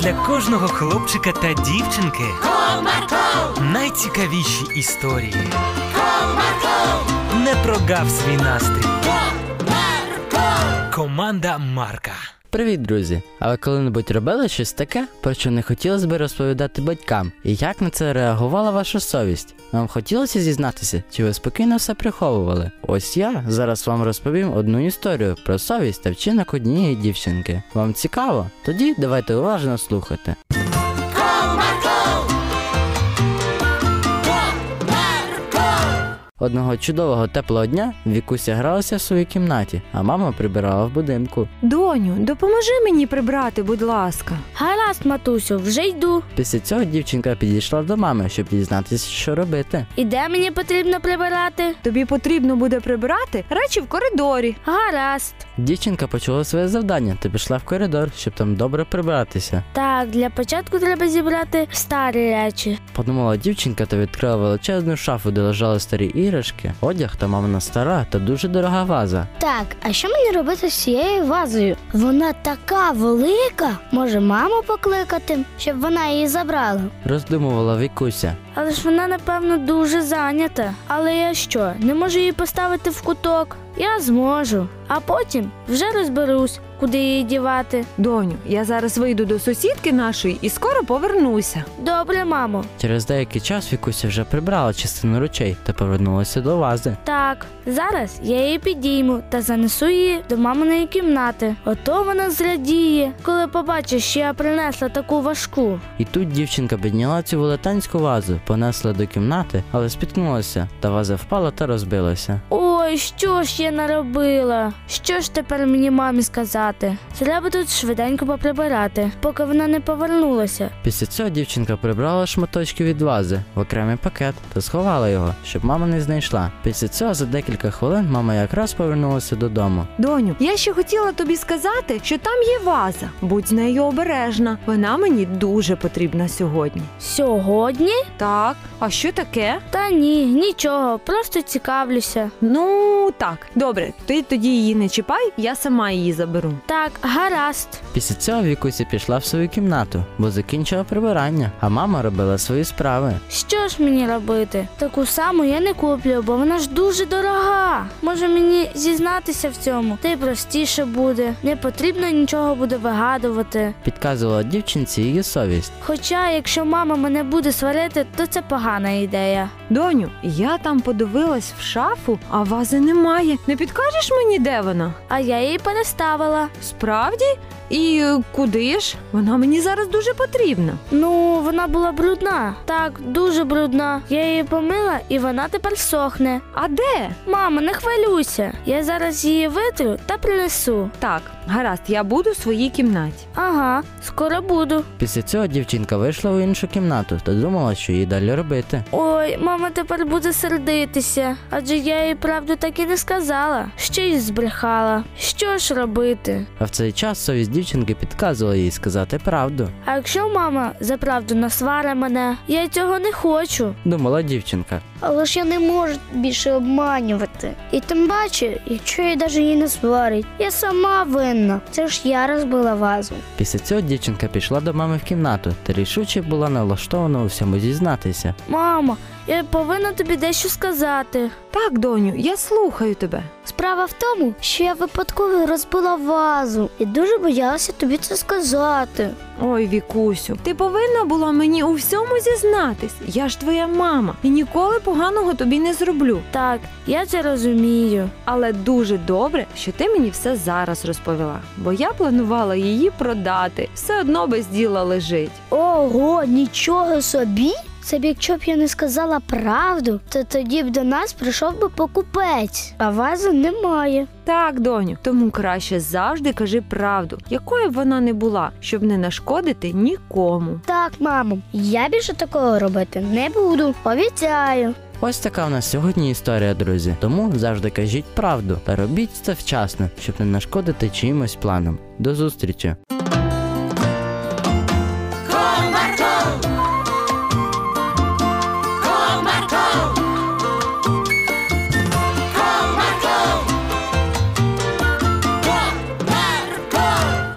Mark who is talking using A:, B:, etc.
A: для кожного хлопчика та дівчинки
B: Comarco,
A: найцікавіші історії.
B: comarco,
A: Не прогав свій настрій.
B: comarco.
A: Команда Марка.
C: Привіт, друзі! А ви коли-небудь робили щось таке, про що не хотілося би розповідати батькам? І як на це реагувала ваша совість? Вам хотілося зізнатися, чи ви спокійно все приховували? Ось я зараз вам розповім одну історію про совість та вчинок однієї дівчинки. Вам цікаво? Тоді давайте уважно слухати. Одного чудового теплого дня Вікуся гралася в своїй кімнаті, а мама прибирала в будинку.
D: Доню, допоможи мені прибрати, будь ласка.
E: Гаразд, матусю, вже йду.
C: Після цього дівчинка підійшла до мами, щоб дізнатися, що робити.
E: І де мені потрібно прибирати?
D: Тобі потрібно буде прибирати речі в коридорі.
E: Гаразд.
C: Дівчинка почула своє завдання та пішла в коридор, щоб там добре прибратися.
E: Так, для початку треба зібрати старі речі.
C: Подумала дівчинка та відкрила величезну шафу, де лежали старі іграшки, одяг та мамина стара та дуже дорога ваза.
F: Так, а що мені робити з цією вазою? Вона така велика. Може, маму покликати, щоб вона її забрала.
C: Роздумувала Вікуся.
E: Але ж вона, напевно, дуже зайнята. Але я що, не можу її поставити в куток? Я зможу. А потім вже розберусь, куди її дівати.
D: Доню, я зараз вийду до сусідки нашої і скоро повернуся.
E: Добре, мамо.
C: Через деякий час Вікуся вже прибрала частину речей та повернулася до вази.
E: Так, зараз я її підійму та занесу її до маминої кімнати. Ото вона зрадіє, коли побачить, що я принесла таку важку.
C: І тут дівчинка підняла цю велетенську вазу, понесла до кімнати, але спіткнулася, та ваза впала та розбилася.
E: Ой, що ж я наробила? Що ж тепер мені мамі сказати? Треба тут швиденько поприбирати, поки вона не повернулася.
C: Після цього дівчинка прибрала шматочки від вази в окремий пакет та сховала його, щоб мама не знайшла. Після цього за декілька хвилин мама якраз повернулася додому.
D: Доню, я ще хотіла тобі сказати, що там є ваза. Будь з нею обережна. Вона мені дуже потрібна сьогодні.
E: Сьогодні?
D: Так, а що таке?
E: Та ні, нічого, просто цікавлюся.
D: Ну так, добре, ти тоді її не чіпай, я сама її заберу.
E: Так, гаразд.
C: Після цього Вікуся пішла в свою кімнату, бо закінчила прибирання, а мама робила свої справи.
E: Що ж мені робити? Таку саму я не куплю, бо вона ж дуже дорога. Може мені зізнатися в цьому, та й простіше буде. Не потрібно нічого буде вигадувати.
C: Підказувала дівчинці її совість.
E: Хоча, якщо мама мене буде сварити, то це погана ідея.
D: Доню, я там подивилась в шафу, а вази немає. Не підкажеш мені, де вона?
E: А я її переставила.
D: Справді? І е, куди ж? Вона мені зараз дуже потрібна.
E: Ну, вона була брудна. Так, дуже брудна. Я її помила і вона тепер сохне.
D: А де?
E: Мама, не хвилюйся. Я зараз її витру та принесу.
D: Так, гаразд, я буду в своїй кімнаті.
E: Ага, скоро буду.
C: Після цього дівчинка вийшла в іншу кімнату та думала, що їй далі робити.
E: Ой, мама тепер буде сердитися, адже я їй правду так і не сказала. Ще й збрехала. Що ж робити?
C: А в цей час совість дівчинки підказувала їй сказати правду.
E: А якщо мама за правду насваре мене, я цього не хочу.
C: Думала дівчинка.
F: Але ж я не можу більше обманювати. І тим паче, якщо я навіть її не сварить, я сама винна. Це ж я розбила вазу.
C: Після цього дівчинка пішла до мами в кімнату та рішуче була налаштована у всьому зізнатися.
E: Мамо, я повинна тобі дещо сказати.
D: Так, доню, я слухаю тебе.
F: Справа в тому, що я випадково розбила вазу і дуже боялася тобі це сказати.
D: Ой, Вікусю, ти повинна була мені у всьому зізнатись. Я ж твоя мама і ніколи поганого тобі не зроблю.
E: Так, я це розумію.
D: Але дуже добре, що ти мені все зараз розповіла, бо я планувала її продати. Все одно без діла лежить.
F: Ого, нічого собі. Це б якщо б я не сказала правду, то тоді б до нас прийшов би покупець, а вази немає.
D: Так, доню, тому краще завжди кажи правду, якою б вона не була, щоб не нашкодити нікому.
F: Так, мамо, я більше такого робити не буду. Обіцяю.
C: Ось така в нас сьогодні історія, друзі. Тому завжди кажіть правду та робіть це вчасно, щоб не нашкодити чиїмось планам. До зустрічі!